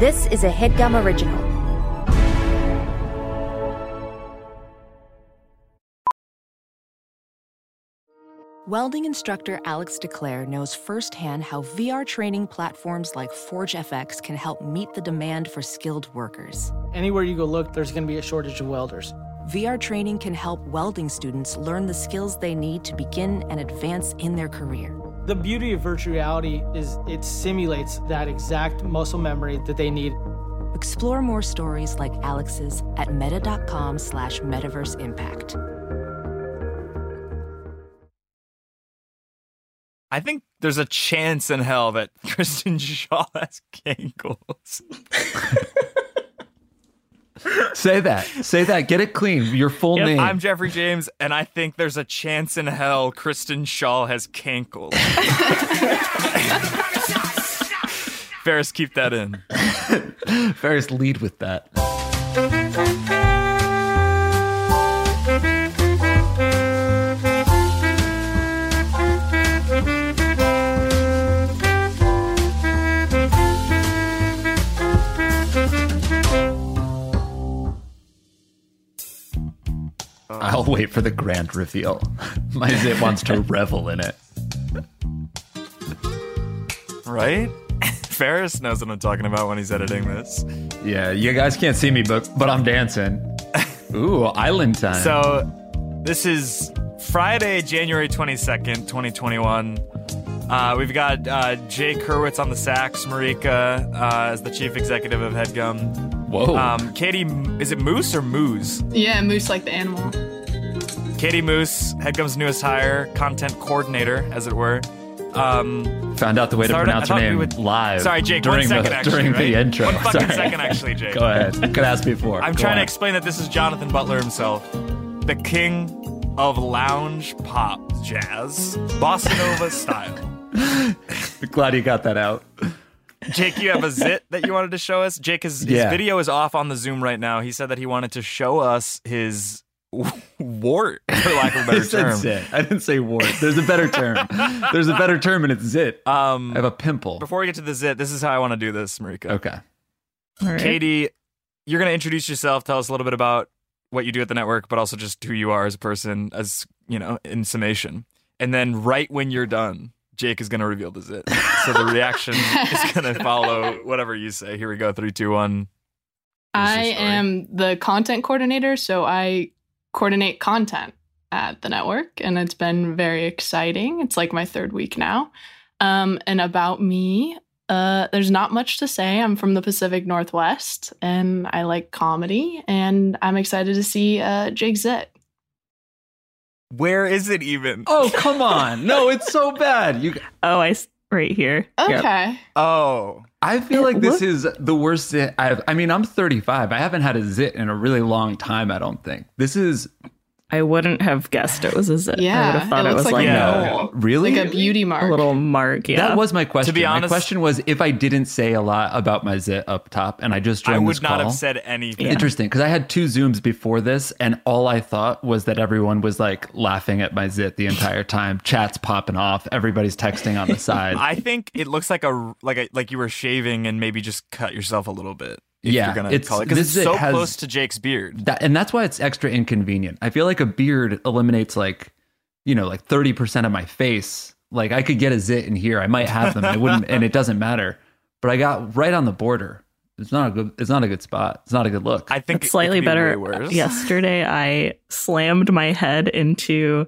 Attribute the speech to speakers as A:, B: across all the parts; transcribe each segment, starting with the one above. A: This is a headgum original.
B: Welding instructor Alex DeClaire knows firsthand how VR training platforms like ForgeFX can help meet the demand for skilled workers.
C: Anywhere you go look, there's going to be a shortage of welders.
B: VR training can help welding students learn the skills they need to begin and advance in their career.
C: The beauty of virtual reality is it simulates that exact muscle memory that they need.
B: Explore more stories like Alex's at meta.com slash metaverse impact.
D: I think there's a chance in hell that Kristen Shaw has cankles.
E: Say that. Say that. Get it clean. Your full
D: Yep,
E: name.
D: I'm Jeffrey James, and I think there's a chance in hell Kristen Shaw has cankles. Ferris, keep that in.
E: Ferris, lead with that. I'll wait for the grand reveal. My zit wants to revel in it.
D: Right? Ferris knows what I'm talking about when he's editing this.
E: Yeah, you guys can't see me, but but I'm dancing. Ooh, island time.
D: So, this is Friday, January 22nd, 2021. Uh, we've got uh, Jay Kerwitz on the sax, Marika uh, as the chief executive of HeadGum.
E: whoa.
D: Um, Katie, is it Moose or Moose?
F: Yeah, moose like the animal.
D: Katie Moose, HeadGum's newest hire, content coordinator, as it were. Um,
E: Found out the way to
D: Sorry, I
E: pronounce your
D: thought we
E: name
D: would-
E: live.
D: sorry, Jake, one
E: During
D: second,
E: the,
D: actually.
E: during
D: right?
E: the intro.
D: One fucking
E: Sorry.
D: second, actually, Jake.
E: Go ahead. You Could ask before.
D: I'm
E: Go
D: trying to
E: on.
D: explain that this is Jonathan Butler himself, the king of lounge pop jazz, bossa nova style.
E: Glad you got that out.
D: Jake, you have a zit that you wanted to show us. Jake, his, his
E: Yeah.
D: video is off on the Zoom right now. He said that he wanted to show us his wart, for lack of a
E: I
D: better
E: said
D: term.
E: zit. I didn't say wart. There's a better term. There's a better term, and it's zit. I
D: Um,
E: have a pimple.
D: before we get to the zit, this is how I want to do this, Marika.
E: Okay.
F: All right.
D: Katie, you're going to introduce yourself. Tell us a little bit about what you do at the network, but also just who you are as a person, as you know, in summation. And then, right when you're done, Jake is going to reveal the zit. So the reaction is going to follow whatever you say. Here we go. Three, two, one. Here's your
F: I
D: story.
F: am the content coordinator, so I coordinate content at the network, and it's been very exciting. It's like my third week now. Um, and about me, uh, there's not much to say. I'm from the Pacific Northwest, and I like comedy, and I'm excited to see uh, Jake Zit.
D: Where is it even?
E: Oh come on! No, it's so bad. You.
G: Oh, I s- right here.
F: Okay.
G: Yep.
D: Oh,
E: I feel
G: It
E: like this
G: look-
E: is the worst zit I've. I mean, I'm 35. I haven't had a zit in a really long time. I don't think this is
G: I wouldn't have guessed it was a zit. I would
F: Yeah,
G: have thought
F: it
G: it,
F: looks
G: was
F: like
G: like,
D: a
G: a-
D: Yeah.
F: No.
E: Really?
F: Like a beauty mark.
G: a little mark. Yeah.
E: That was my question. my
D: honest-
E: question was if I didn't say a lot about my zit up top, and I just
D: I
E: joined this
D: would not
E: call,
D: have said anything.
E: Interesting, because I had two zooms before this, and all I thought was that everyone was like laughing at my zit the entire time. Chats popping off, everybody's texting on the side.
D: I think it looks like a like a like you were shaving and maybe just cut yourself a little bit. If
E: Yeah,
D: you're gonna
E: it's-
D: call it because
E: this
D: it's
E: zit
D: so
E: has-
D: close to Jake's beard.
E: that, and that's why it's extra inconvenient. I feel like a beard eliminates like, you know, like thirty percent of my face. Like I could get a zit in here, I might have them. It wouldn't, and it doesn't matter. But I got right on the border. It's not a good. It's not a good spot. It's not a good look.
D: I think
G: It's
D: it- it
G: slightly
D: could be way
G: better. uh,
D: worse.
G: Yesterday, I slammed my head into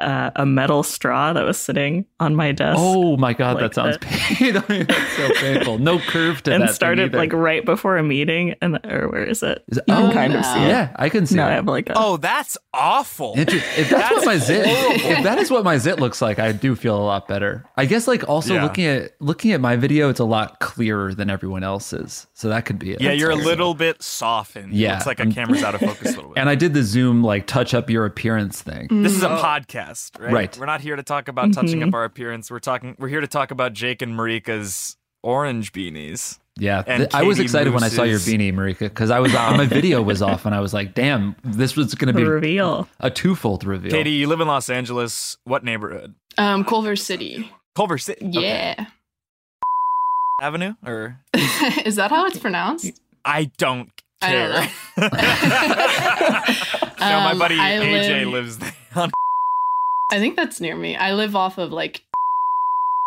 G: uh, a metal straw that was sitting on my desk.
E: Oh my god,
G: like
E: that sounds pain. That's so painful. No curve to that.
G: and
E: thing
G: started
E: either.
G: like right before a meeting, and or where is it?
E: Is it-
G: You can
E: oh,
G: kind of
F: no.
G: see it.
E: yeah, I can see.
G: No, I
E: it.
G: have like a.
D: Oh, that's awful.
E: Inter- if that's, what
D: That's
E: my zit,
D: horrible.
E: if that is what my zit looks like, I do feel a lot better. I guess like also
D: Yeah.
E: looking at looking at my video, it's a lot clearer than everyone else's, so that could be it.
D: Yeah,
E: That's
D: you're a
E: awesome.
D: little bit softened.
E: Yeah,
D: Yeah, it's like a
E: I'm-
D: camera's out of focus a little bit.
E: And I did the Zoom like touch up your appearance thing.
G: Mm.
D: this is a podcast, right?
E: Right.
D: We're not here to talk about touching
G: Mm-hmm.
D: up our appearance. We're talking. We're here to talk about Jake and Marika's orange beanies.
E: Yeah,
D: And
E: th- I was
D: Katie
E: excited when I saw your
D: Moose's-
E: beanie, Marika, because I was uh, my video was off, and I was like, "Damn, this was going
G: The
E: to be
G: reveal.
E: a twofold reveal."
D: Katie, you live in Los Angeles. What neighborhood?
F: Um, Culver City.
D: Culver City.
F: Yeah.
D: Avenue or
F: Is that how it's pronounced?
D: I don't
F: I don't
D: care.
F: know.
D: no, my
F: Um,
D: buddy
F: I
D: AJ
F: live-
D: lives there. On
F: I think that's near me. I live off of like,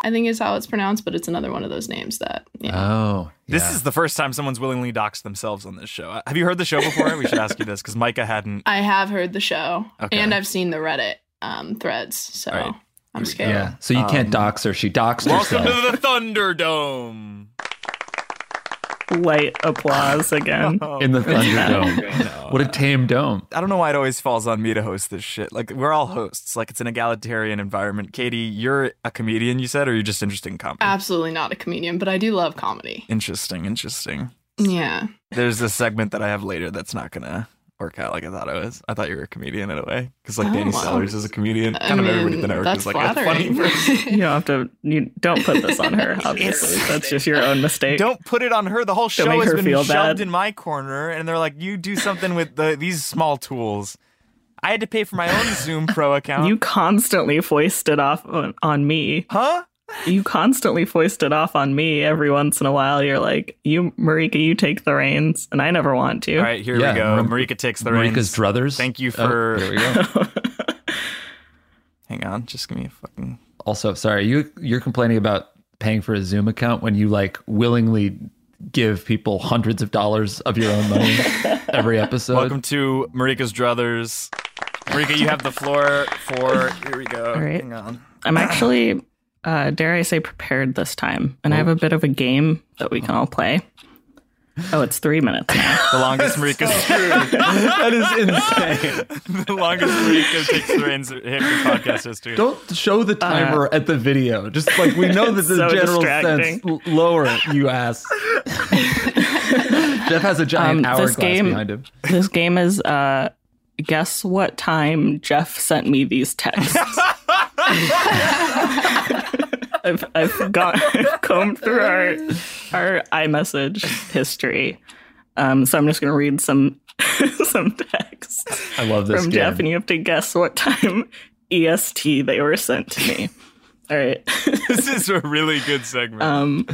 F: I think is how it's pronounced, but it's another one of those names that. Yeah.
E: Oh,
D: This
E: yeah.
D: is the first time someone's willingly doxed themselves on this show. Uh, Have you heard the show before? we should ask you this because Micah hadn't.
F: I have heard the show,
D: Okay.
F: and I've seen the Reddit um, threads, so
D: All right.
F: I'm scared.
E: yeah. So you can't
D: Um,
E: dox her. She doxed
D: Welcome
E: herself.
D: to the Thunderdome.
G: Light applause again.
E: in the Thunderdome.
D: No.
E: what a tame dome.
D: Oh. I don't know why it always falls on me to host this shit. Like we're all hosts. Like it's an egalitarian environment. Katie, you're a comedian, you said, or you're just interested in comedy?
F: Absolutely not a comedian, but I do love comedy.
D: interesting, interesting.
F: Yeah.
D: There's this segment that I have later that's not gonna work out like I thought it was. I thought you were a comedian in a way, because like
F: Oh,
D: Danny
F: wow.
D: Sellers is a comedian.
F: I
D: kind of everybody
F: mean,
D: at the network
F: that's
D: is like a funny
F: flattering.
D: person.
G: You don't have to. You don't put this on her. Obviously, that's just your own mistake.
D: Don't put it on her. The whole show
G: make
D: has
G: her
D: been
G: feel
D: shoved
G: bad.
D: in my corner, and they're like, "You do something with the, these small tools." I had to pay for my own Zoom Pro account.
G: You constantly foist it off on, on me.
D: huh?
G: You constantly foist it off on me every once in a while. You're like, you, Marika, you take the reins, and I never want to.
D: All right, here
E: Yeah,
D: we go.
E: Mar-
D: Marika takes the reins.
E: Marika's druthers.
D: Thank you
E: Oh,
D: for.
E: there we go.
D: Hang on, just give me a fucking.
E: Also, sorry, you you're complaining about paying for a Zoom account when you like willingly give people hundreds of dollars of your own money every episode.
D: Welcome to Marika's Druthers. Marika, you have the floor for. Here we go.
G: All right.
D: Hang on.
G: I'm actually, uh, dare I say, prepared this time, and I have a bit of a game that we can all play. Oh, it's three minutes now.
D: The longest Marika's.
E: that is insane.
D: the longest Marika takes the reins hit the podcast history.
E: Don't show the timer at the video. Just like we know that the
G: Uh, so
E: general
G: distracting.
E: sense, l- lower it, you ass. Jeff has a giant
G: Um,
E: hourglass
G: this game-
E: behind him.
G: this game is uh guess what time jeff sent me these texts I've, I've got I've combed through our our iMessage history, um, so I'm just gonna read some some texts
E: I love this
G: from
E: game.
G: Jeff, and you have to guess what time EST they were sent to me. All right,
D: This is a really good segment.
G: um,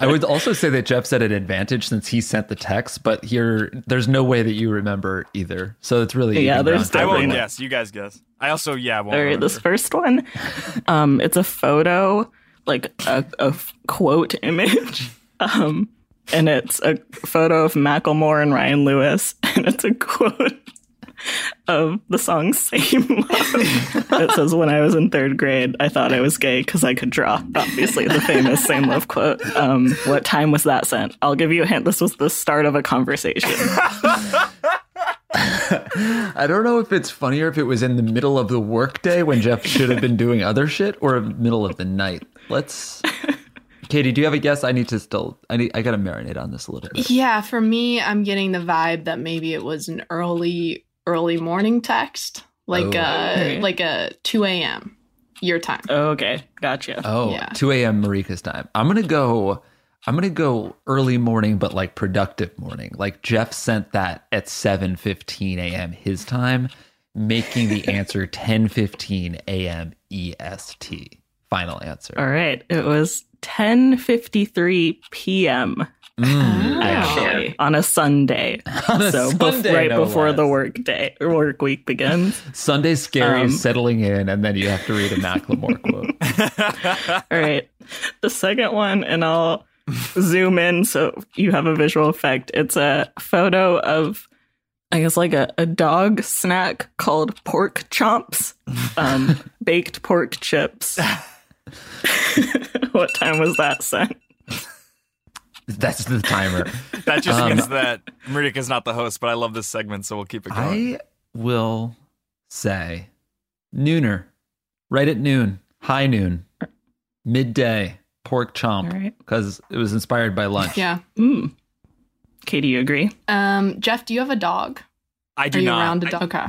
E: I would also say that Jeff's at an advantage since he sent the text, but here there's no way that you remember either. So it's really
G: Yeah,
E: even
G: there's
E: ground.
D: I won't
G: Sabrina.
D: guess. You guys guess. I also, yeah, I won't.
G: All right, this
D: remember.
G: first one, um, it's a photo, like a, a f- quote image, um, and it's a photo of Macklemore and Ryan Lewis, and it's a quote of the song "Same Love." it says, "When I was in third grade, I thought I was gay because I could draw." Obviously, the famous "Same Love" quote. Um, what time was that sent? I'll give you a hint. This was the start of a conversation.
E: I don't know if it's funnier if it was in the middle of the workday when Jeff should have been doing other shit or middle of the night. Let's Katie, do you have a guess? I need to still I need I gotta marinate on this a little bit.
F: Yeah, for me, I'm getting the vibe that maybe it was an early, early morning text, like
E: Oh.
F: uh
G: Okay.
F: like a 2 a.m. your time.
G: okay, gotcha.
E: Oh,
F: Yeah.
E: 2 a.m. Marika's time. I'm gonna go I'm gonna go early morning, but like productive morning. Like Jeff sent that at 7 15 a.m. his time, making the answer 10 15 a.m. EST. E Final answer.
G: All right. It was 10:53 p.m.
E: Mm,
F: Oh.
E: yeah.
G: actually on a Sunday.
E: On a
G: so bef-
E: Sunday,
G: right
E: no
G: before the
E: less.
G: work day work week begins.
E: Sunday's scary
G: Um,
E: settling in, and then you have to read a Macklemore quote.
G: All right. The second one and I'll zoom in so you have a visual effect. It's a photo of I guess like a, a dog snack called pork chomps. Um, baked pork chips. what time was that sent?
E: That's the timer.
D: that just
E: Um,
D: means that Marika's not the host, but I love this segment, so we'll keep it going.
E: I will say nooner, right at noon, high noon, midday, pork
G: All
E: chomp,
G: right.
E: because it was inspired by lunch.
F: Yeah.
G: Mm. Katie, you agree?
F: Um, Jeff, do you have a dog?
D: I, do
F: Are you
D: not.
F: around a
D: I-
F: dog? Okay.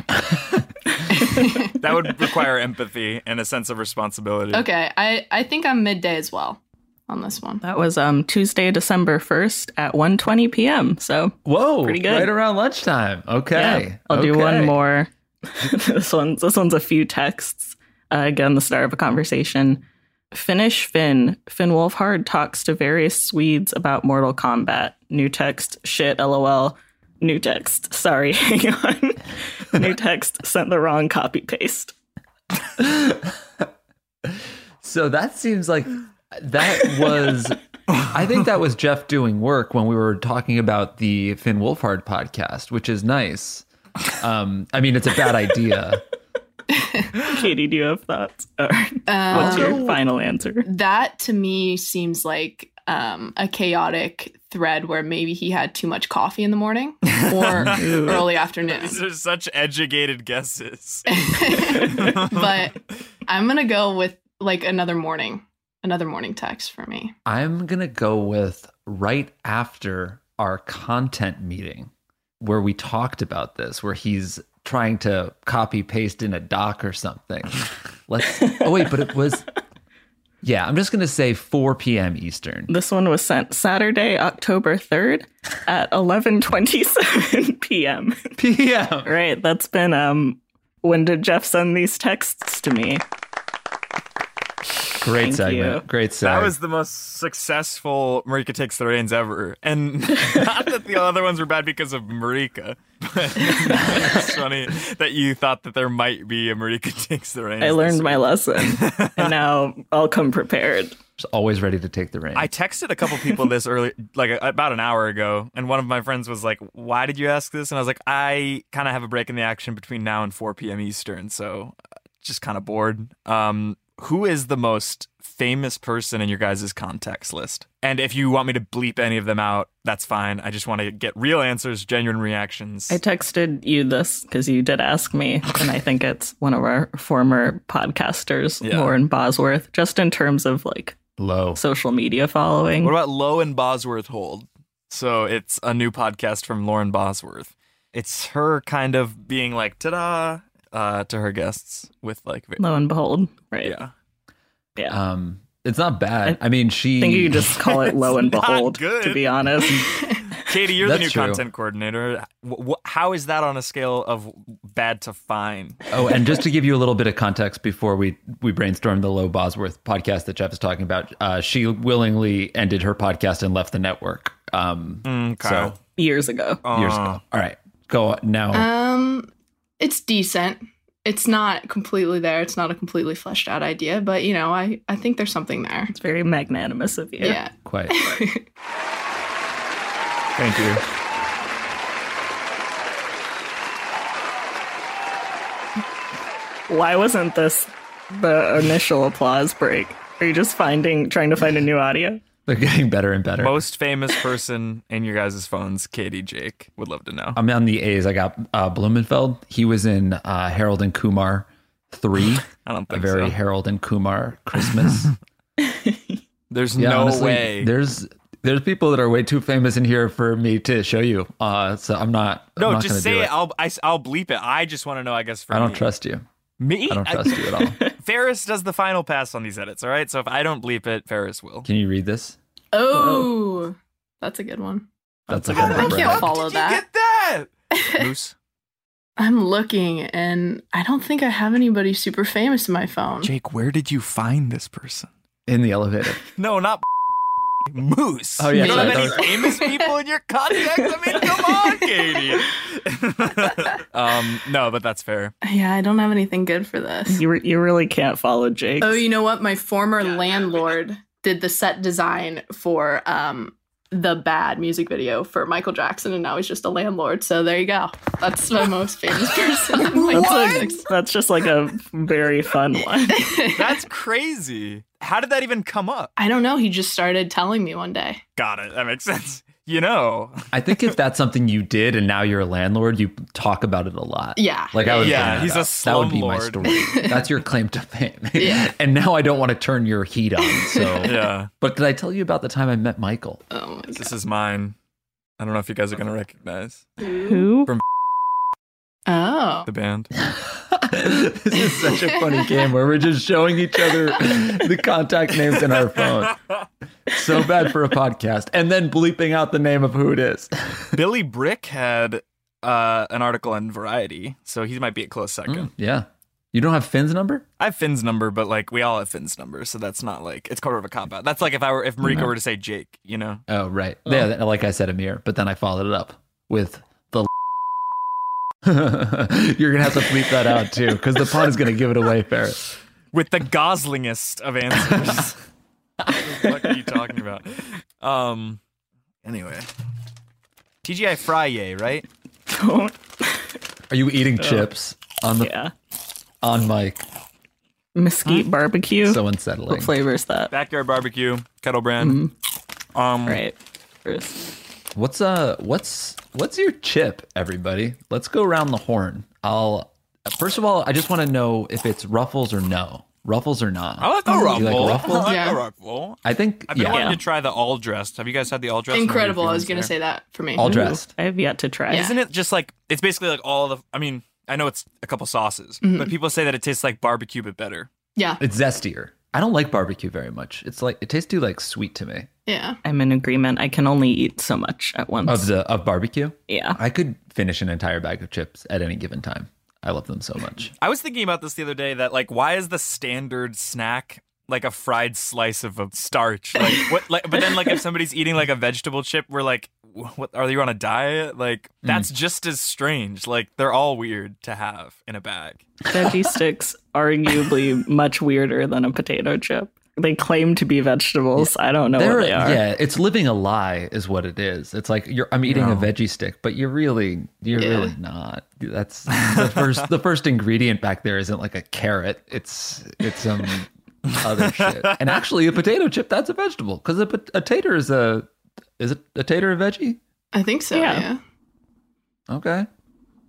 D: that would require empathy and a sense of responsibility.
F: Okay. I I think I'm midday as well on this one.
G: That was um, Tuesday, December 1st at 1.20 p.m. So
E: Whoa,
G: Pretty good.
E: right around lunchtime. Okay.
G: yeah, I'll do
E: okay.
G: one more. this one's this one's a few texts. Uh, again, the start of a conversation. Finnish Finn, Finn Wolfhard talks to various Swedes about Mortal Kombat. New text, shit, lol. New text, sorry, hang on. New text, sent the wrong copy paste.
E: So that seems like that was. I think that was Jeff doing work when we were talking about the Finn Wolfhard podcast, which is nice. Um, I mean, it's a bad idea.
G: Katie, do you have thoughts? Or what's your final answer?
F: Uh, that to me seems like um, a chaotic thread where maybe he had too much coffee in the morning or early afternoon.
D: These are such educated guesses.
F: But I'm gonna go with like another morning, another morning text for me.
E: I'm going to go with right after our content meeting where we talked about this, where he's trying to copy paste in a doc or something. Let's, oh, wait, but it was, yeah, I'm just going to say 4 p.m. Eastern.
G: This one was sent Saturday, October 3rd at 11:27 p.m.
E: p.m.
G: Right, that's been um when did Jeff send these texts to me?
E: Great
G: Thank
E: segment.
G: you.
E: Great
D: That
E: segment.
D: was the most successful Marika takes the reins ever, and not that the other ones were bad because of Marika. But it's funny that you thought that there might be a Marika takes the reins.
G: I
D: this
G: learned
D: week.
G: my lesson, and now I'll come prepared.
E: Just always ready to take the reins.
D: I texted a couple people this early, like about an hour ago, and one of my friends was like, "Why did you ask this?" And I was like, "I kind of have a break in the action between now and 4 p.m. Eastern, so uh, just kind of bored." Um, who is the most famous person in your guys' contacts list? And if you want me to bleep any of them out, that's fine. I just want to get real answers, genuine reactions.
G: I texted you this because you did ask me, and I think it's one of our former podcasters,
D: Yeah.
G: Lauren Bosworth, just in terms of like
E: Low.
G: social media following.
D: What about Lowe and Bosworth Hold? So it's a new podcast from Lauren Bosworth. It's her kind of being like ta-da uh, to her guests with like vi-
G: Lo and behold, right?
D: yeah.
G: Yeah.
E: Um, it's not bad. I, mean, she.
G: I think you could just call it lo
D: It's
G: and
D: not
G: behold,
D: good.
G: to be honest.
D: Katie, you're the
E: That's
D: new
E: true.
D: content coordinator. Wh- wh- how is that on a scale of bad to fine?
E: Oh, and just to give you a little bit of context before we we brainstormed the Low Bosworth podcast that Jeff is talking about, uh, she willingly ended her podcast and left the network um,
D: Mm, Kyle. Uh,
G: Years ago.
E: years ago. All right, go now.
F: Um, it's decent. It's not completely there. It's not a completely fleshed out idea, but you know, I I think there's something there.
G: It's very magnanimous of you.
F: Yeah.
E: Quite.
D: Thank you.
G: Why wasn't this the initial applause break? Are you just finding, trying to find a new audio?
E: They're getting better and better.
D: Most famous person in your guys' phones, Katie, Jake. Would love to know.
E: I'm on the A's. I got uh, Blumenfeld. He was in uh, Harold and Kumar three.
D: I don't
E: a
D: think
E: very
D: so.
E: Harold and Kumar Christmas.
D: There's
E: Yeah,
D: no
E: honestly,
D: way.
E: There's there's people that are way too famous in here for me to show you. Uh, so I'm not. I'm
D: No,
E: not
D: just
E: gonna
D: say
E: do
D: it. I'll I, will i will bleep it. I just want to know. I guess for
E: I don't
D: me.
E: trust you.
D: me.
E: I don't trust you at all.
D: Ferris does the final pass on these edits. All right, so if I don't bleep it, Ferris will.
E: Can you read this?
F: Oh, that's a good one.
E: That's a good
F: I
E: number.
F: can't follow that.
D: that moose.
F: I'm looking and I don't think I have anybody super famous in my phone.
D: Jake, where did you find this person?
E: in the elevator.
D: No, not Moose.
E: Oh, yeah,
D: You don't have
E: sorry,
D: any
E: that
D: famous people in your contacts? I mean, come on, Katie. um, no, but that's fair.
F: Yeah, I don't have anything good for this.
G: You, re- you really can't follow Jake.
F: Oh, you know what? My former landlord did the set design for um the bad music video for Michael Jackson, and now he's just a landlord. So there you go. That's my most famous person. in my
G: that's,
F: contacts.
G: A, that's just like a very fun one.
D: That's crazy. How did that even come up?
F: I don't know. He just started telling me one day.
D: Got it. That makes sense. You know.
E: I think if that's something you did and now you're a landlord, you talk about it a lot.
F: Yeah.
E: Like I would
D: Yeah,
E: bring
D: he's
E: that
D: a
E: up. That would be my
D: slumlord.
E: story. That's your claim to fame.
F: Yeah.
E: and now I don't want to turn your heat on. So
D: Yeah.
E: But did I tell you about the time I met Michael?
F: Oh my God.
D: This is mine. I don't know if you guys are going to recognize
G: Who?
F: Oh.
D: the band.
E: this is such a funny game where we're just showing each other the contact names in our phone. So bad for a podcast. And then bleeping out the name of who it is.
D: Billy
E: Hmm.
D: Brick had uh, an article on Variety, so he might be a close second.
E: Yeah. You don't have Finn's number?
D: I have Finn's number, but like we all have Finn's number, so that's not like it's kind of a cop out. That's like if I were if Mariko were to say Jake, you know.
E: Oh, right. Yeah, th- like I said, Amir, but then I followed it up with the. You're going to have to bleep that out too, because the pun is going to give it away, Ferris.
D: with the goslingest of answers. what are you talking about? Um. Anyway, TGI Friday, right?
G: Don't.
E: Are you eating chips on the
G: Oh, Yeah.
E: on mic?
G: Mesquite barbecue.
E: So unsettling.
G: what flavor is that?
D: Backyard barbecue, kettle brand. Um.
G: Right. First.
E: What's uh what's what's your chip, everybody? Let's go around the horn. I'll first of all, I just want to know if it's ruffles or no. Ruffles or not.
D: I like the
E: You
D: ruffle.
E: like
D: I
E: ruffles?
D: like
F: Yeah.
D: the ruffle.
E: I think
D: Oh. I've been
E: yeah.
D: wanting to try the all dressed. Have you guys had the all dressed?
F: Incredible. I was going to say that for me.
E: All dressed.
G: I have yet to try.
F: Yeah.
D: Isn't it just like it's basically like all the? I mean, I know it's a couple sauces, but people say that it tastes like barbecue but better.
F: Yeah.
E: It's zestier. I don't like barbecue very much. It's like it tastes too like sweet to me.
F: Yeah.
G: I'm in agreement. I can only eat so much at once.
E: Of Oh, the of barbecue.
G: yeah.
E: I could finish an entire bag of chips at any given time. I love them so much.
D: I was thinking about this the other day that like why is the standard snack like a fried slice of a starch? Like what like but then like if somebody's eating like a vegetable chip, we're like "Wh- what are you on a diet? Like that's just as strange. Like they're all weird to have in a bag.
G: Veggie sticks arguably much weirder than a potato chip. They claim to be vegetables. I don't know
E: They're-
G: what they are.
E: Yeah, it's living a lie is what it is. It's like you're I'm eating a veggie stick, but you're really you're
F: Yeah.
E: really not. That's the first the first ingredient back there isn't like a carrot. It's it's some other shit. And actually a potato chip, that's a vegetable cuz a, pot- a tater is a is it a tater a veggie?
F: I think so.
G: Yeah.
F: Yeah.
E: Okay.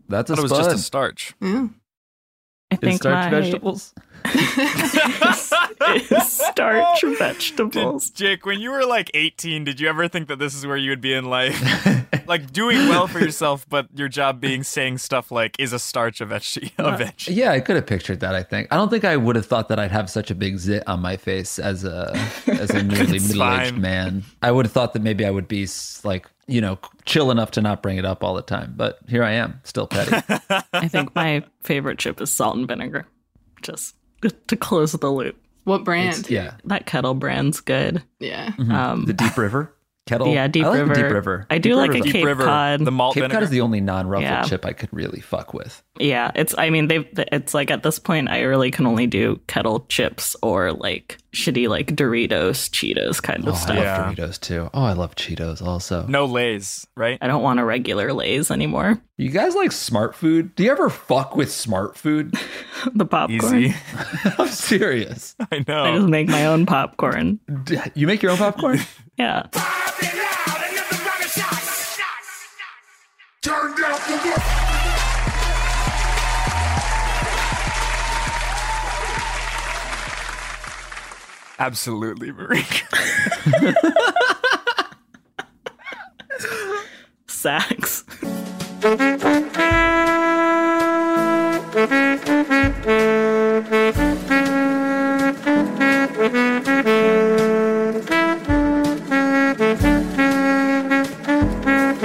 E: That's
D: I
E: a
D: thought it was
E: spud.
D: just a starch.
G: I
E: Is
G: think
E: starch
G: my
E: vegetables?
G: is starch vegetables.
D: Jake, when you were like 18, did you ever think that this is where you would be in life? like doing well for yourself, but your job being saying stuff like is a starch a veggie?
G: Uh,
D: A veg?
E: Yeah, I could have pictured that. I think I don't think I would have thought that I'd have such a big zit on my face as a as a newly
D: It's
E: middle aged
D: fine.
E: man. I would have thought that maybe I would be s- like you know chill enough to not bring it up all the time. But here I am, still petty.
G: I think my favorite chip is salt and vinegar. Just to close the loop.
F: What brand?
E: It's- yeah,
G: That kettle brand's good.
F: Yeah.
G: Um,
E: the Deep River kettle.
G: yeah, Deep
E: I like the
G: River.
E: Deep River.
G: I do like
E: River's
G: a
E: the-
G: Cape Cod.
D: the malt
E: Cape
D: vinegar.
E: Cod is the only non-ruffled
G: Yeah.
E: chip I could really fuck with.
G: Yeah, it's. I mean, they've. It's like at this point, I really can only do kettle chips or like shitty like Doritos, Cheetos kind of
E: Oh, I
G: stuff.
E: love
D: Yeah.
E: Doritos too. Oh, I love Cheetos also.
D: no lays, right?
G: I don't want a regular Lay's anymore.
E: You guys like smart food? Do you ever fuck with smart food?
G: the popcorn.
D: Easy. Oh.
E: I'm serious.
D: I
G: I just
D: know.
G: make my own popcorn.
E: D- You make your own popcorn?
G: Yeah.
D: Absolutely, Marika.
G: Sacks.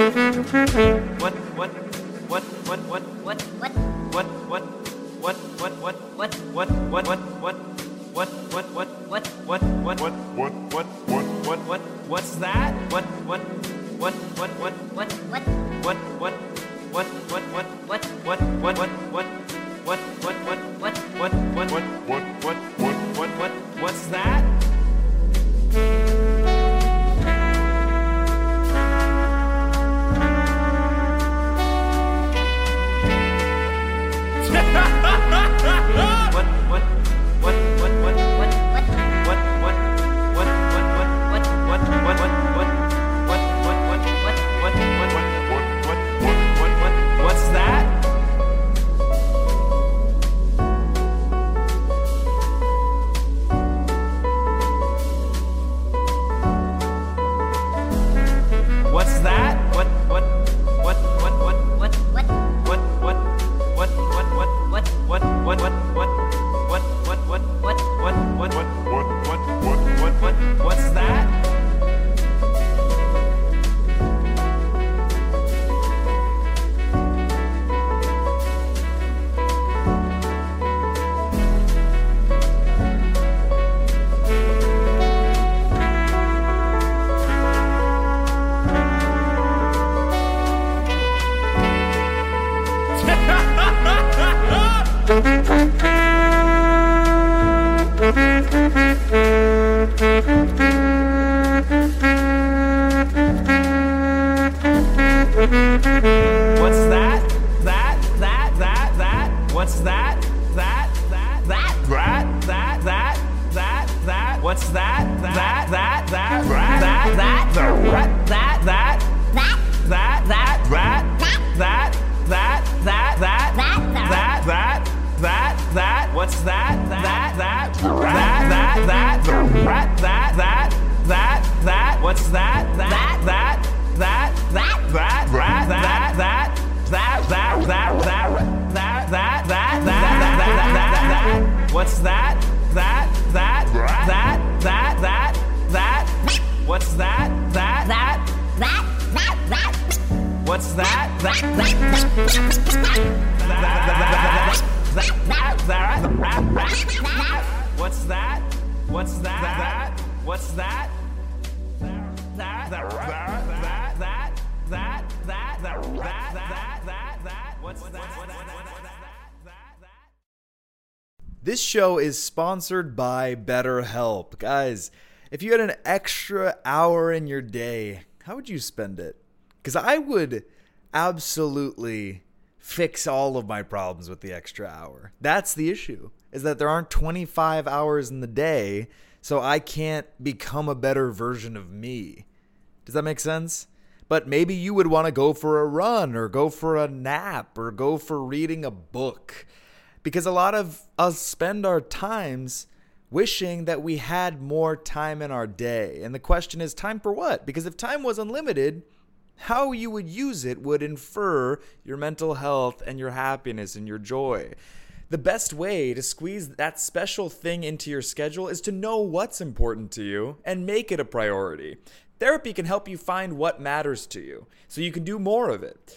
H: What what what what what what what what what what what what what what what what what what what what what what what what what what what what what what's that? What what what what what what what what what what what what what what what what what what what what what what what what what what what what what what's that? What what what what what what what what what what what what what what what what what what what what what what what what what what what what's that? What's that? What what what what what what what what what what what what what what what what what what what what what what what what what what what what what's that? What's that? That- that- that- that- that- that- that- that- What's that? What's that? What's that? That- that- that- that- that- that- that- that- that- that- that- What's that?
I: This show is sponsored by BetterHelp. Guys, if you had an extra hour in your day, how would you spend it? Because I would absolutely fix all of my problems with the extra hour. That's the issue, is that there aren't 25 hours in the day, so I can't become a better version of me. Does that make sense? But maybe you would want to go for a run or go for a nap or go for reading a book. Because a lot of us spend our times wishing that we had more time in our day. And the question is time for what? Because if time was unlimited, how you would use it would infer your mental health and your happiness and your joy. The best way to squeeze that special thing into your schedule is to know what's important to you and make it a priority. Therapy can help you find what matters to you so you can do more of it.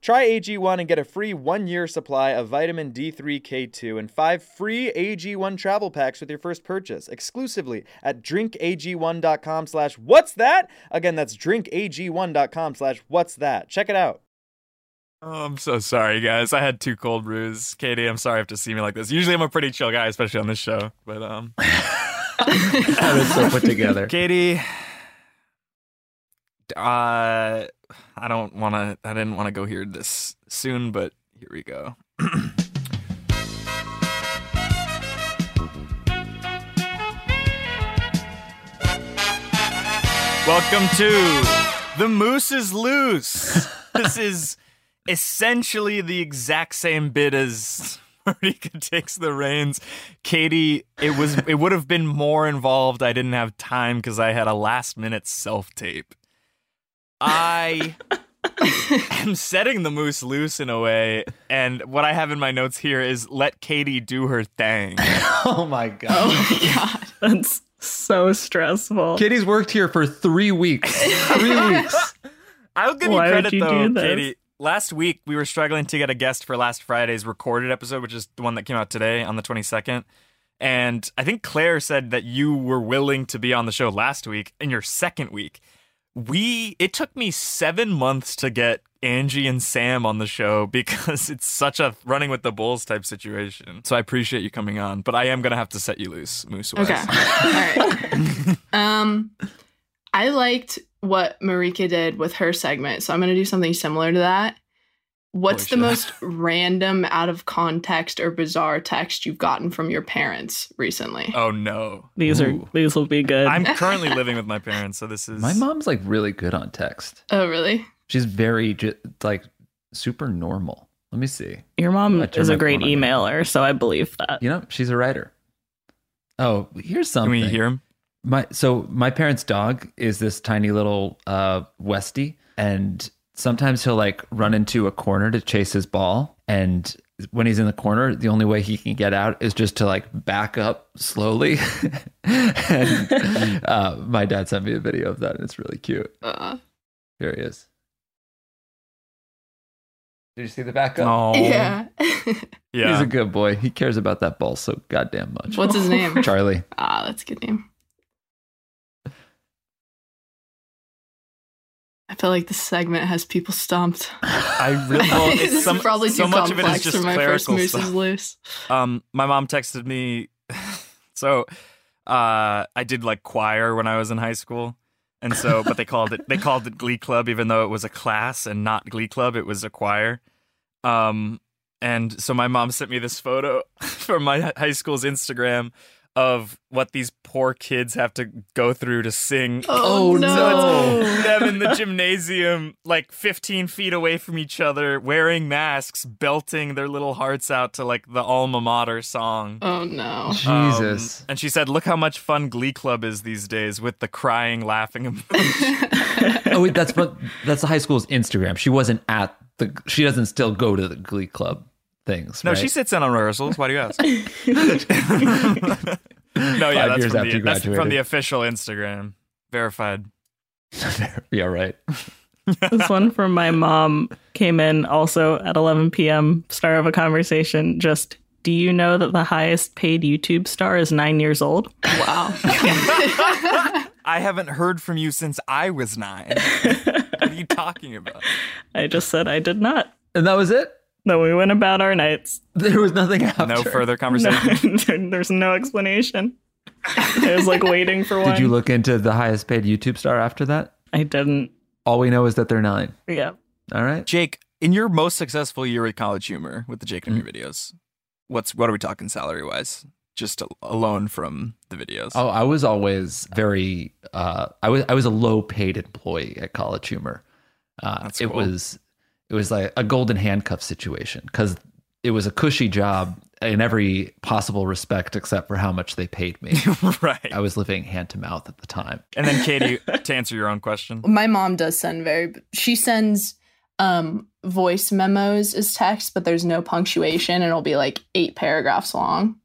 I: Try AG1 and get a free one year supply of vitamin D3K2 and five free AG1 travel packs with your first purchase exclusively at drinkag1.com slash what's that? Again, that's drinkag1.com slash what's that. Check it out.
D: Oh, I'm so sorry, guys. I had two cold brews. Katie, I'm sorry you have to see me like this. Usually, I'm a pretty chill guy, especially on this show. But um,
E: How it's so put together.
D: Katie, uh, I don't want to. I didn't want to go here this soon, but here we go. Welcome to the Moose is Loose. this is essentially the exact same bit as Marika takes the reins. Katie, it was it would have been more involved. I didn't have time because I had a last minute self tape. I am setting the moose loose in a way, and what I have in my notes here is let Katie do her thing.
E: Oh my god.
G: That's so stressful.
E: Katie's worked here for three weeks. Three weeks.
D: I'll give you
G: Why would
D: credit
G: you
D: though,
G: do this?
D: Katie. Last week we were struggling to get a guest for last Friday's recorded episode, which is the one that came out today on the 22nd. And I think Claire said that you were willing to be on the show last week in your second week. We it took me 7 months to get Angie and Sam on the show because it's such a running with the bulls type situation. So I appreciate you coming on, but I am going to have to set you loose, Moose West.
F: Okay. All right. Um, I liked what Marika did with her segment, so I'm going to do something similar to that. What's
E: Holy
F: the
E: shit.
F: most random, out of context, or bizarre text you've gotten from your parents recently?
D: Oh no.
G: These
E: Ooh.
G: are these will be good.
D: I'm currently living with my parents, so this is
E: My mom's like really good on text.
F: Oh, really?
E: She's very ju- like super normal. Let me see.
G: Your mom
E: I turned
G: is a
E: my
G: great
E: phone on.
G: emailer, so I believe that.
E: You know, she's a writer. Oh, here's
D: Can
E: something.
D: we hear him?
E: my so my parents' dog is this tiny little uh Westie, and sometimes he'll like run into a corner to chase his ball. And when he's in the corner, the only way he can get out is just to like back up slowly. and uh, my dad sent me a video of that, and it's really cute.
F: Uh,
E: Here he is. Did you see the backup?
D: No.
F: yeah.
E: He's
D: Oh, Yeah.
E: a good boy. He cares about that ball so goddamn much.
F: What's his name?
E: Charlie.
F: Ah, that's a good name. I feel like this segment has people stumped.
D: I really well,
F: this
D: it's
F: is
D: some,
F: probably too
D: so much of
F: complex
D: it is just
F: for my first
D: clerical
F: moose
D: stuff.
F: is loose.
D: Um, my mom texted me. so, uh, I did like choir when I was in high school, and so, but they called it they called it Glee Club, even though it was a class and not Glee Club. It was a choir. Um, and so my mom sent me this photo from my high school's Instagram of what these poor kids have to go through to sing
F: Oh, no.
D: them in the gymnasium, like 15 feet away from each other, wearing masks, belting their little hearts out to like the alma mater song.
F: Oh no.
D: Um,
E: Jesus.
D: and she said, Look how much fun Glee Club is these days with the crying, laughing. emoji."
E: oh wait, that's what that's the high school's Instagram. She wasn't at the. She doesn't still go to the Glee Club things.
D: no,
E: right?
D: she sits in on rehearsals. Why do you ask? no, yeah,
E: Five
D: that's
E: years
D: from,
E: after
D: the,
E: you
D: that's from
E: graduated.
D: the official Instagram. Verified.
E: yeah, right.
G: this one from my mom came in also at 11 p.m. Start of a conversation. Just do you know that the highest paid YouTube star is nine years old?
F: Wow.
D: I haven't heard from you since I was nine. what are you talking about?
G: I just said I did not.
E: And that was it.
G: Then we went about our nights.
E: There was nothing after.
D: No further
G: No,
D: conversation.
G: there- there's no explanation. I was like waiting for one.
E: Did you look into the highest paid YouTube star after that?
G: I didn't.
E: All we know is that they're nine.
G: Yeah.
E: All right.
D: Jake, in your most successful year at College Humor with the Jake and Henry videos, what's what are we talking salary wise? Just a- alone from the videos.
E: Oh, I was always very. Uh, I was I was a low paid employee at College Humor. Uh,
D: That's
E: it
D: cool.
E: was it was like a golden handcuff situation because it was a cushy job in every possible respect except for how much they paid me.
D: right.
E: I was living hand to mouth at the time.
D: And then Katie, to answer your own question,
F: my mom does send very she sends um voice memos as text but there's no punctuation and it'll be like eight paragraphs long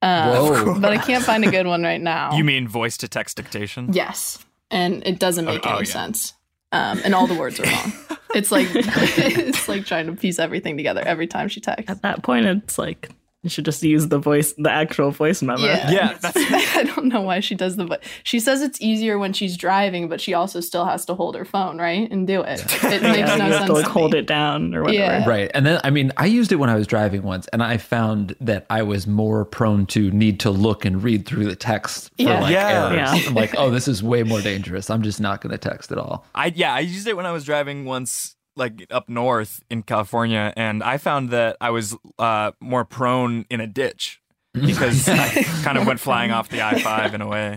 F: um,
E: Whoa.
F: but i can't find a good one right now
D: you mean voice to text dictation?
F: yes and it doesn't make
D: Oh, oh,
F: any
D: yeah.
F: sense um, and all the words are wrong it's like it's like trying to piece everything together every time she texts
G: At that point, it's like you should just use the voice, the actual voice memo.
F: yeah,
D: Yeah, that's-
F: I don't know why she does the. vo- She says it's easier when she's driving, but she also still has to hold her phone, right, and do it. It makes
G: Yeah,
F: no
G: you
F: sense.
G: have to like
F: to
G: hold
F: me.
G: it down or whatever.
F: Yeah.
E: Right. And then, I mean, I used it when I was driving once, and I found that I was more prone to need to look and read through the text for
F: Yeah.
E: like
D: Yeah.
E: errors.
G: Yeah.
E: I'm like, oh, this is way more dangerous. I'm just not going to text at all.
D: I yeah, I used it when I was driving once like up north in California and I found that I was uh, more prone in a ditch because I kind of went flying off the I-5 in a way.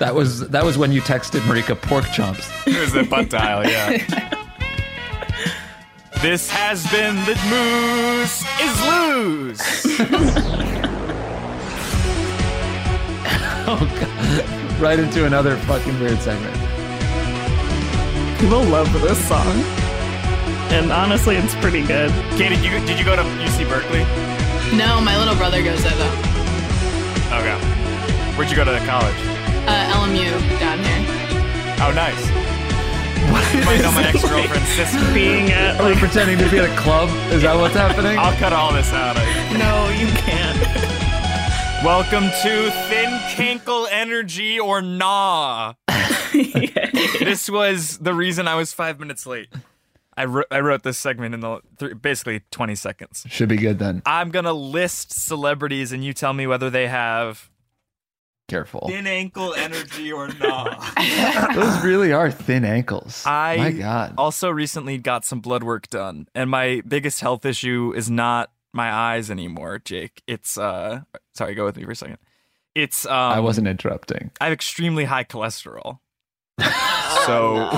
E: That was that was when you texted Marika pork chomps.
D: It was the butt dial, yeah. this has been the Moose is Loose.
E: Right into another fucking weird segment.
G: People love this song. And honestly, it's pretty good.
D: Katie, you, did you go to UC Berkeley?
F: No, my little brother goes there though.
D: Okay. Where'd you go to college?
F: Uh, LMU down here.
D: Oh, nice. Might know my ex-girlfriend's sister.
G: Being at
E: Are we
G: like,
E: pretending to be at a club? Is that what's happening?
D: I'll cut all this out. I-
G: no, you can't.
D: Welcome to Thin Kinkle Energy or Nah. this was the reason I was five minutes late. I, wr- I wrote this segment in the th- basically 20 seconds.
E: Should be good then.
D: I'm gonna list celebrities, and you tell me whether they have
E: Careful.
H: Thin ankle energy or not?
E: Those really are thin ankles.
D: I Oh,
E: My God.
D: also recently got some blood work done, and my biggest health issue is not my eyes anymore, Jake. It's uh, sorry, go with me for a second. It's um,
E: I wasn't interrupting.
D: I have extremely high cholesterol. so,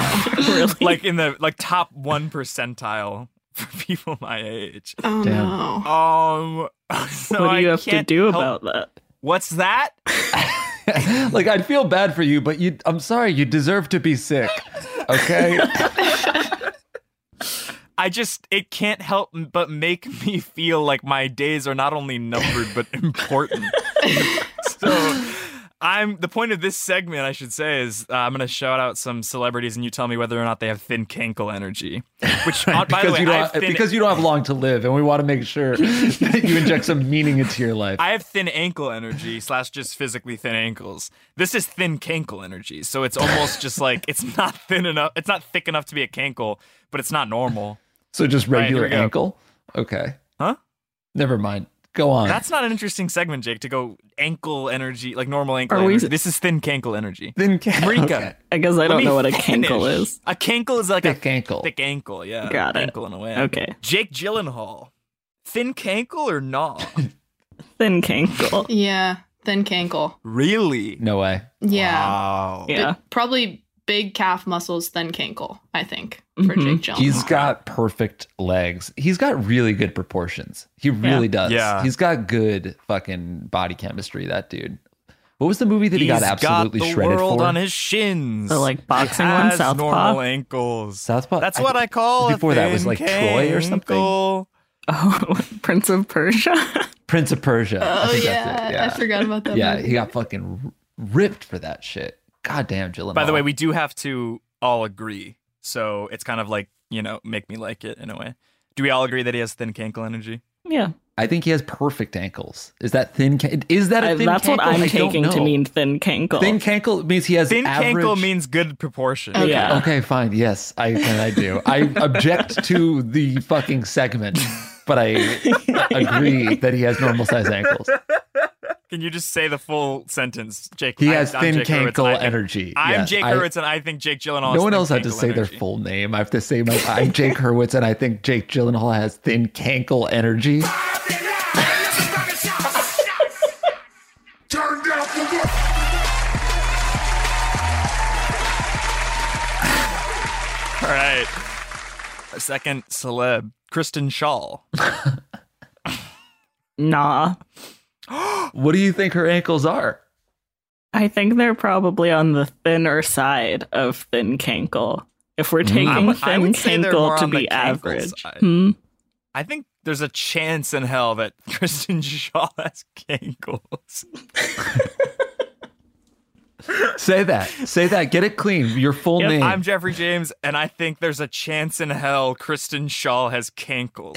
G: really?
D: like in the like top one percentile for people my age.
F: Oh
E: Damn.
F: no.
D: Um, so
G: what do you
D: I
G: have to
D: can't
G: do
D: help-
G: about that?
D: what's that?
E: like I'd feel bad for you, but you I'm sorry, you deserve to be sick. Okay?
D: I just it can't help m- but make me feel like my days are not only numbered but important. so I'm the point of this segment, I should say, is uh, I'm going to shout out some celebrities, and you tell me whether or not they have thin cankle energy. Which, uh, by the
E: because
D: way, I
E: you don't
D: have thin,
E: because you don't have long to live and we want to make sure that you inject some meaning into your life.
D: I have thin ankle energy slash just physically thin ankles. This is thin cankle energy, so it's almost just like it's not thin enough. It's not thick enough to be a cankle, but it's not normal.
E: so just
D: Right, here
E: regular
D: we go.
E: ankle? Okay.
D: Huh?
E: Never mind. Go on.
D: That's not an interesting segment, Jake. To go ankle energy, like normal ankle.
G: Are we-
D: energy. This is thin cankle energy.
E: thin can-
D: Marika,
E: Okay.
G: I guess I
D: let
G: don't
D: me
G: know what a
D: finish.
G: cankle is.
D: A cankle is like
E: Thick
D: a
E: ankle.
D: thick ankle. Yeah,
G: Got it.
D: Ankle in a way.
G: Okay.
D: Jake Gyllenhaal, thin cankle or not?
G: Thin cankle.
F: Yeah. Thin cankle.
D: really?
E: No way.
F: Yeah.
D: Wow.
F: But
G: Yeah.
F: Probably big calf muscles, then cankle, I think, for
G: Mhm.
F: Jake Gyllenhaal.
E: He's got perfect legs. He's got really good proportions. He really does.
D: Yeah.
E: He's got good fucking body chemistry, that dude. What was the movie that he got
D: He's
E: absolutely
D: got the
E: shredded
D: world
E: for?
D: on his shins.
G: So, like, boxing
D: he
G: one,
D: has
G: southpaw?
D: normal ankles.
E: Southpaw?
D: That's
E: I
D: what
E: think
D: I call
E: before
D: a
E: that was,
D: thin
E: like, Troy or something.
D: cankle.
G: Oh, Prince of Persia.
E: Prince of Persia. I
F: Oh
E: think that's
F: yeah.
E: it.
F: I forgot about that.
E: Yeah,
F: movie.
E: he got fucking r- ripped for that shit. Goddamn, Gyllenhaal.
D: By the way, we do have to all agree, so it's kind of like you know, make me like it in a way. Do we all agree that he has thin cankle energy?
G: yeah.
E: I think he has perfect ankles. Is that thin? Can- is that a
G: I-
E: thin?
G: that's what
E: cankle?
G: I'm
E: I don't
G: taking to
E: know.
G: mean thin cankle.
E: Thin cankle means he has
D: Thin
E: average-
D: cankle means good proportion.
F: Okay.
G: Yeah.
E: Okay, fine. Yes, I I do. I object to the fucking segment, but I agree that he has normal size ankles.
D: Can you just say the full sentence, Jake?
E: He
D: I-
E: has
D: I'm
E: thin
D: Jake Hurwitz,
E: cankle
D: I think-
E: energy.
D: I'm
E: Yeah,
D: Jake
E: I-
D: Hurwitz, and I think Jake Gyllenhaal.
E: No
D: has
E: one
D: thin
E: else had to
D: cankle
E: say their
D: energy.
E: full name. I have to say my. I'm Jake Hurwitz, and I think Jake Gyllenhaal has thin cankle energy.
D: All right. A second celeb, Kristen Shaw.
G: Nah.
E: What do you think her ankles are?
G: I think they're probably on the thinner side of thin cankle. If we're taking
D: Hmm. I would-
G: thin
D: I would say they're more
G: cankle to
D: on the
G: be
D: cankle
G: average,
D: side.
G: Hmm?
D: I think there's a chance in hell that Kristen Shaw has cankles.
E: Say that. Say that. Get it clean. Your full
G: Yep,
E: name.
D: I'm Jeffrey James, and I think there's a chance in hell Kristen Shaw has cankles.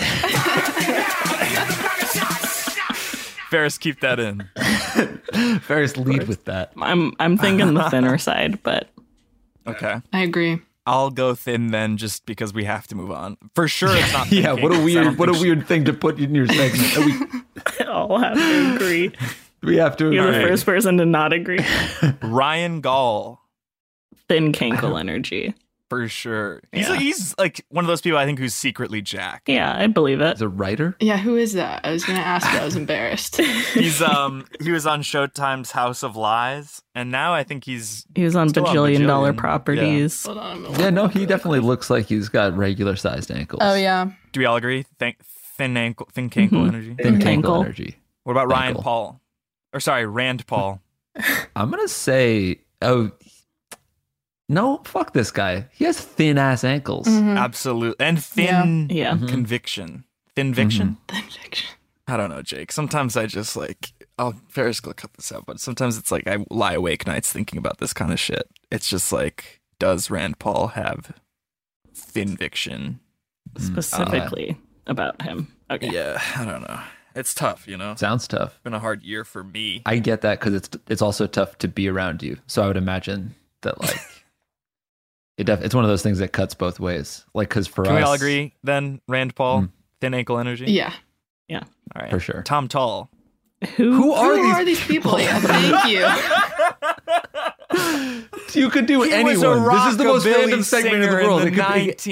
D: Ferris, keep that in.
E: Ferris lead with that.
G: I'm I'm thinking the thinner side, but
D: Okay.
F: I agree.
D: I'll go thin then just because we have to move on. For sure it's not thin
E: Yeah. What a
D: cankles. I don't
E: weird. What a
D: think she-
E: weird thing to put in your segment. that we
G: I'll have to agree.
E: we have to. uh,
G: You're the
E: agree.
G: first person to not agree.
D: Ryan Gall.
G: Thin cankle energy.
D: For sure. He's,
G: Yeah.
D: he's like one of those people I think who's secretly Jack.
G: Yeah, I believe it.
E: As a writer.
F: Yeah, who is that? I was gonna ask, but I was embarrassed.
D: He's um he was on Showtime's House of Lies, and now I think he's
G: He was on
D: Still on
G: bajillion dollar
D: Bajillion, yeah.
E: Mm.
G: properties.
F: Hold on. I'm-
E: Yeah. No. He definitely looks like he's got regular sized ankles.
F: Oh yeah.
D: do we all agree? Thin thin ankle thin cankle
G: Mhm.
D: energy.
E: Thin cankle
G: Cankle.
E: energy.
D: What about Ryan
E: Mm-hmm. Ankle.
D: Paul? Or sorry, Rand Paul.
E: I'm gonna say. Oh. No. Fuck this guy. He has thin ass ankles.
F: Mm-hmm.
D: Mm. Absolute and thin
G: Yeah.
E: Mm-hmm.
G: Mhm.
D: conviction. Thin
G: Hmm.
D: viction?
F: Thin fiction.
D: I don't know, Jake. Sometimes I just like I'll Ferris will cut this out, but sometimes it's like I lie awake nights thinking about this kind of shit. It's just like, does Rand Paul have finviction?
G: Specifically about him. Okay.
D: Yeah, I don't know. It's tough, you know. It's
E: Sounds tough.
D: been a hard year for me.
E: I get that because it's it's also tough to be around you. So I would imagine that like it def- it's one of those things that cuts both ways. Like because for
D: Can we
E: us,
D: all agree then? Rand Paul, thin ankle energy.
F: Yeah.
D: all right.
E: Mm. for sure.
D: Tom Tall,
G: Who?
E: Who are
F: Who
E: these?
F: are these people? Yeah, Thank you.
E: You could do
D: He
E: anyone.
D: was a
E: this is the most
D: rockabilly
E: random segment in the
D: singer
E: world.
D: In
E: It
D: the
E: could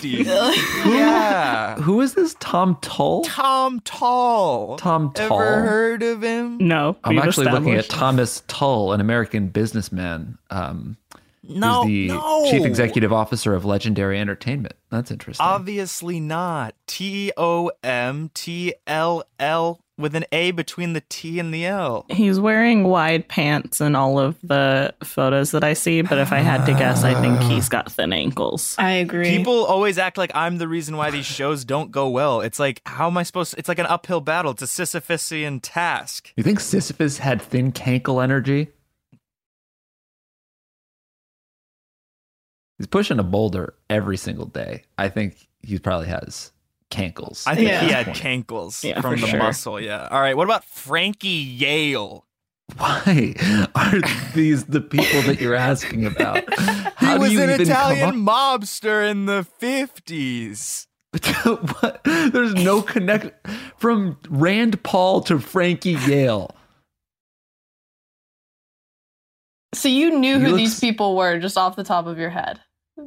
E: be-
D: 1950s. yeah.
E: who is this? Tom Tull?
D: Tom Tall.
E: Tom Tull.
D: Ever heard of him?
G: No,
E: I'm
G: we've
E: actually looking at
G: established-
E: Thomas Tull, an American businessman. Um,
D: No.
E: who's the
D: no.
E: chief executive officer of Legendary Entertainment. That's interesting.
D: Uh, Obviously not. T O M T L L with an A between the T and the L.
G: He's wearing wide pants in all of the photos that I see, but if I had to guess, I think he's got thin ankles.
F: I agree.
D: People always act like I'm the reason why these shows don't go well. It's like, how am I supposed to? It's like an uphill battle. It's a Sisyphusian task.
E: you think Sisyphus had thin cankle energy? He's pushing a boulder every single day. I think he probably has cankles.
D: I think
F: Yeah.
D: he had cankles
G: Yeah,
D: from
G: for
D: the
G: sure.
D: muscle. Yeah. All right. What about Frankie Yale?
E: Why are these the people that you're asking about? How
D: he
E: do
D: was
E: you
D: an
E: even
D: Italian
E: come
D: mobster in the 50s.
E: up- What? There's no connect from Rand Paul to Frankie Yale.
F: so you knew
E: He
F: who
E: looks-
F: these people were just off the top of your head.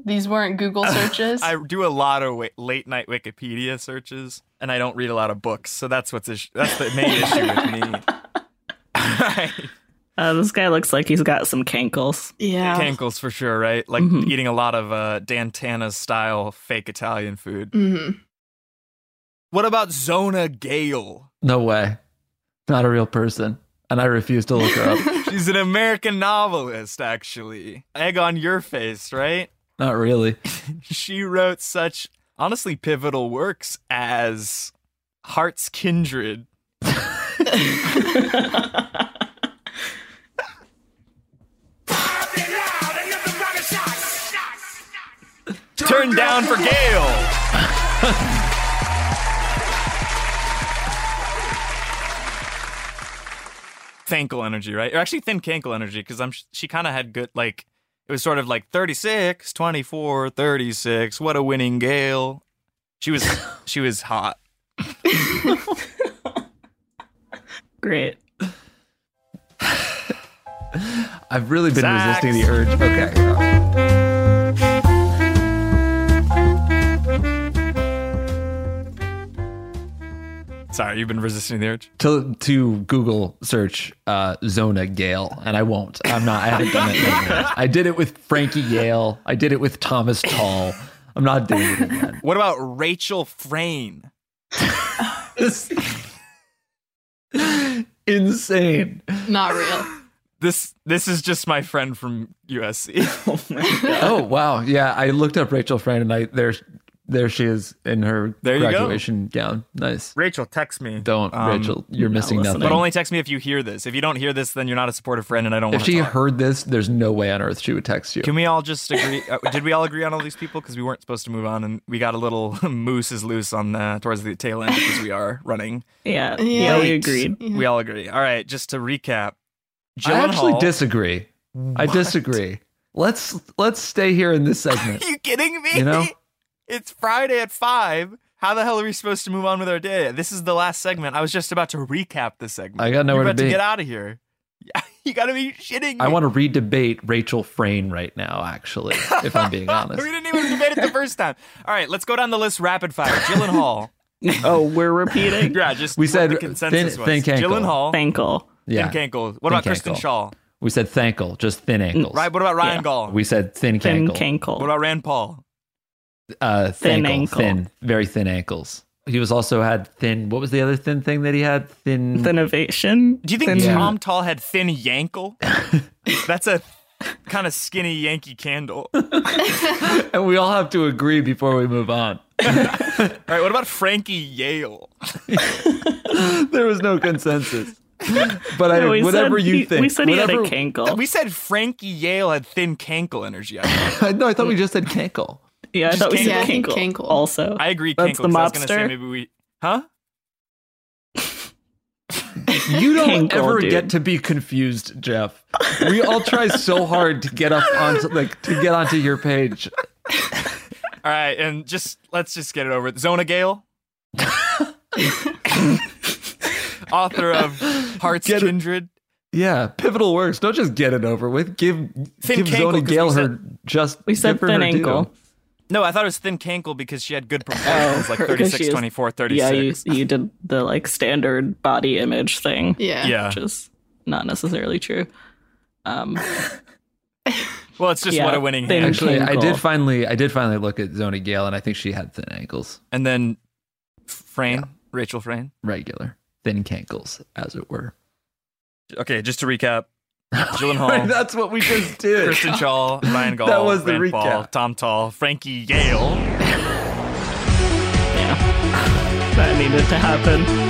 F: These weren't Google searches.
D: I do a lot of wa- late night Wikipedia searches, and I don't read a lot of books, so that's what's ish- that's the main issue with me. Right.
G: Uh, this guy looks like he's got some cankles.
F: yeah.
D: Cankles for sure, right? Like
G: Mhm.
D: eating a lot of uh, Dantana style fake Italian food.
F: Mhm.
D: What about Zona Gale?
E: No way. Not a real person. And I refuse to look her up.
D: She's an American novelist, actually. Egg on your face, right?
E: Not really.
D: she wrote such honestly pivotal works as Hearts Kindred. Turn down for Gale. Thankle energy, right? Or actually thin cankle energy because I'm she kind of had good like it was sort of like 36, 24, 36. What a winning Gale. She was she was hot.
G: Great.
E: I've really been
D: Zax.
E: resisting the urge. Okay.
D: Sorry, you've been resisting the urge.
E: To to Google search uh, Zona Gale, and I won't. I'm not. I haven't done it. in years. I did it with Frankie Yale. I did it with Thomas Tall. I'm not doing it again.
D: What about Rachel Frayne?
E: This insane.
F: Not real.
D: This this is just my friend from USC.
E: Oh wow. Yeah, I looked up Rachel Friend, and I there there she is in her
D: There you go.
E: graduation gown. Nice.
D: Rachel, text me.
E: Don't
D: Um,
E: Rachel. You're missing
G: listening.
E: nothing.
D: But only text me if you hear this. If you don't hear this, then you're not a supportive friend, and I don't
E: if
D: want
E: she
D: to. Talk.
E: heard this, there's no way on earth she would text you.
D: Can we all just agree? Uh, did we all agree on all these people? Because we weren't supposed to move on, and we got a little moose is loose on the towards the tail end because we are running.
G: Yeah,
F: Yeah.
G: yeah, we
D: Late.
G: agreed.
D: We all agree. All right, just to recap,
E: I actually
D: Gyllenhaal-
E: disagree. I
D: What?
E: disagree. Let's let's stay here in this
D: Are
E: segment.
D: you kidding me?
E: You know?
D: It's Friday at five. How the hell are we supposed to move on with our day? This is the last segment. I was just about to recap the segment.
E: I got
D: You're
E: nowhere to
D: about to,
E: be.
D: get out of here. you gotta be shitting.
E: I
D: me.
E: want to re-debate Rachel Frayne right now. Actually, if I'm being honest,
D: We didn't even debate it the first time. All right, let's go down the list rapid fire. Gyllenhaal.
G: Oh, we're repeating.
D: Yeah, just
E: We
D: what
E: said
D: the consensus
E: thin-
D: was.
E: thin cankle.
D: Gyllenhaal,
G: Ankle.
E: yeah,
D: thin cankle. What
E: Thin
D: about Kristen
E: cankle.
D: Shaw?
E: we said thankle, just thin ankles.
D: Right. What about Ryan
G: Yeah.
D: Gall?
E: We said thin
G: Thin
E: cankle.
G: cankle.
D: what about Rand Paul?
E: uh,
G: Thin
E: thin
G: ankle.
E: Thin, very thin ankles. He was also had thin. What was the other thin thing that he had? Thin.
G: Innovation.
D: Do you think
G: Thin-
E: Yeah.
D: Tom Tall had thin yankle? That's a kind of skinny Yankee candle. All
E: And we all have to agree before we move on.
D: right. What about Frankie Yale?
E: there was no consensus. But I,
G: No, we
E: whatever
G: said
E: you
G: he-
E: think,
G: We said he had
E: whatever-
G: a cankle.
D: We said Frankie Yale had thin cankle energy. I, think.
E: no, I thought we just said cankle.
G: yeah, I
D: Just
G: thought we
F: cankle. Yeah, I
G: said
F: think
G: cankle.
F: cankle.
G: Also,
D: I agree.
G: That's
D: Cankle.
G: the
D: 'cause I was gonna say
G: mobster?
D: maybe we. Huh?
E: You don't
G: Cankle,
E: ever
G: dude.
E: get to be confused, Jeff. We all try so hard to get up onto like to get onto your page.
D: All right, and just let's just get it over. with. Zona Gale. author of Hearts
E: Get it.
D: Kindred.
E: Yeah, pivotal works. Don't just get it over with. Give give
D: Kinkle,
E: Zona
D: 'cause we
E: Gale her
D: said-
E: just
G: We said
E: give her
G: thin
E: her due.
G: ankle.
D: No, I thought it was Thin Cankle because she had good proportions, like
G: her- Oh, 'cause
D: 36,
G: she is-
D: 24,
G: yeah,
D: 36.
G: you, you did the like standard body image thing,
F: Yeah.
D: Yeah.
G: which is not necessarily true. Um,
D: Well, it's just
G: Yeah,
D: what a winning
G: thin-
D: hand.
E: Actually, I
G: ankle.
E: did finally I did finally look at Zona Gale and I think she had thin ankles.
D: And then Frayne, Rachel Frayne.
E: Regular. Thin cankles, as it were.
D: Okay, just to recap, Gyllenhaal.
E: Right, that's what we just did.
D: Kristen Shaw, Ryan Gall,
E: That was the
D: Rand Paul,
E: recap.
D: Tom Tall, Frankie Yale.
G: that needed to happen.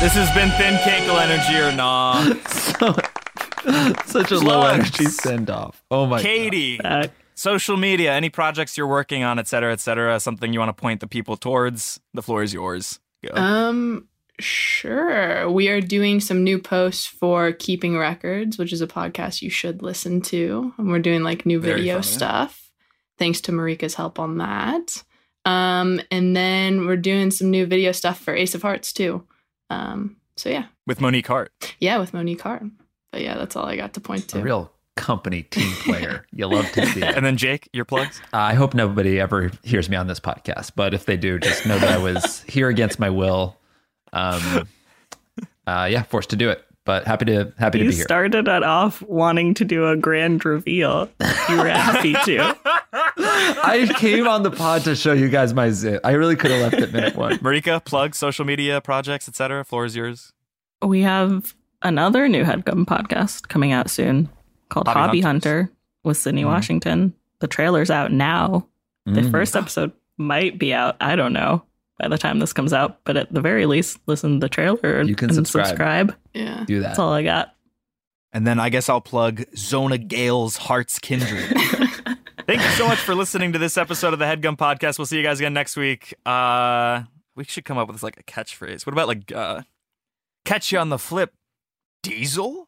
D: This has been Thin Cankle Energy or Nah.
E: So- such a low energy send off. Oh my
D: Katie,
G: Uh,
D: social media, any projects you're working on, et cetera, et cetera, something you want to point the people towards, the floor is yours. Go.
F: Um, sure. We are doing some new posts for Keeping Records, which is a podcast you should listen to. And we're doing like new
D: Very
F: video
D: fun, yeah.
F: stuff. Thanks to Marika's help on that. Um, and then we're doing some new video stuff for Ace of Hearts too. Um, so yeah.
D: With Monique Hart.
F: Yeah, with Monique Hart. But yeah, that's all I got to point
E: God.
F: to.
E: A real company team player. you love to see it.
D: And then Jake, your plugs.
E: I hope nobody ever hears me on this podcast, but if they do, just know that I was here against my will. Um, uh, yeah, forced to do it, but happy to happy
G: you
E: to be here.
G: started it off wanting to do a grand reveal. You were happy to.
E: I came on the pod to show you guys my zit. I really could have left at minute one.
D: Marika, plugs, social media, projects, et cetera. Floor is yours.
G: we have another new headgum podcast coming out soon called
D: Hobby
G: Hobby,
D: Hunters. Mm-hmm.
G: Hunter with Sydney Washington. The trailer's out now.
E: Mm-hmm. Mm.
G: The first episode might be out. I don't know by the time this comes out, but at the very least, listen to the trailer
E: You can
G: and
E: subscribe.
G: subscribe.
F: Yeah.
E: do that.
G: That's all I got.
D: And then I guess I'll plug Zona Gale's Hearts Kindred. Thank you so much for listening to this episode of the Headgum Podcast. We'll see you guys again next week. Uh, we should come up with like a catchphrase. What about like uh, catch you on the flip, Diesel?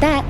A: That